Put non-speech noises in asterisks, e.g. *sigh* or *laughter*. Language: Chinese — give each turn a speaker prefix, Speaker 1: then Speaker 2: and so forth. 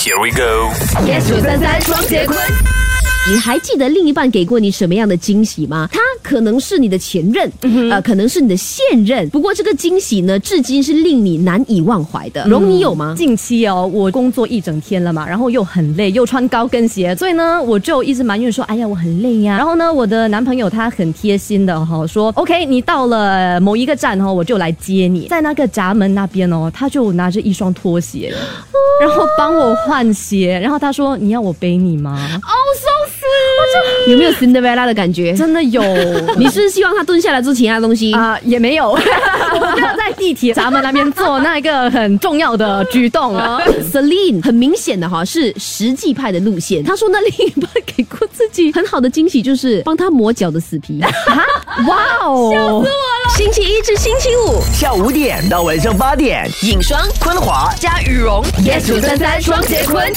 Speaker 1: Here we go。
Speaker 2: yes 九三三双节棍。
Speaker 3: 你还记得另一半给过你什么样的惊喜吗？他可能是你的前任，呃，可能是你的现任。不过这个惊喜呢，至今是令你难以忘怀
Speaker 4: 嗯
Speaker 3: 的。容你有吗？
Speaker 4: 近期哦，我工作一整天了嘛，然后又很累，又穿高跟鞋，所以呢，我就一直埋怨说，哎呀，我很累呀、然后呢，我的男朋友他很贴心的哈、说，OK，你到了某一个站哈、我就来接你，在那个闸门那边哦，他就拿着一双拖鞋，然后帮我换鞋，然后他说，你要我背你
Speaker 3: *laughs*
Speaker 4: 吗？
Speaker 3: 有没有 Cinderella 的感觉？
Speaker 4: 真的
Speaker 3: *laughs*
Speaker 4: 有，
Speaker 3: 你是不是希望他蹲下来做其他东西？
Speaker 4: 啊、也没有， *laughs* 我不要在地铁闸门那边做那个很重要的举动
Speaker 3: *laughs* 哦
Speaker 4: 啊。
Speaker 3: Celine 很明显的哈是实际派的路线。他说那另一半给过自己很好的惊喜，就是帮他磨脚的死皮。
Speaker 4: 哇哦！
Speaker 2: 星期一至星期五
Speaker 5: 下午五点到晚上八点，
Speaker 2: 影双
Speaker 5: 昆华
Speaker 2: 加羽绒，yes 九三三双节棍。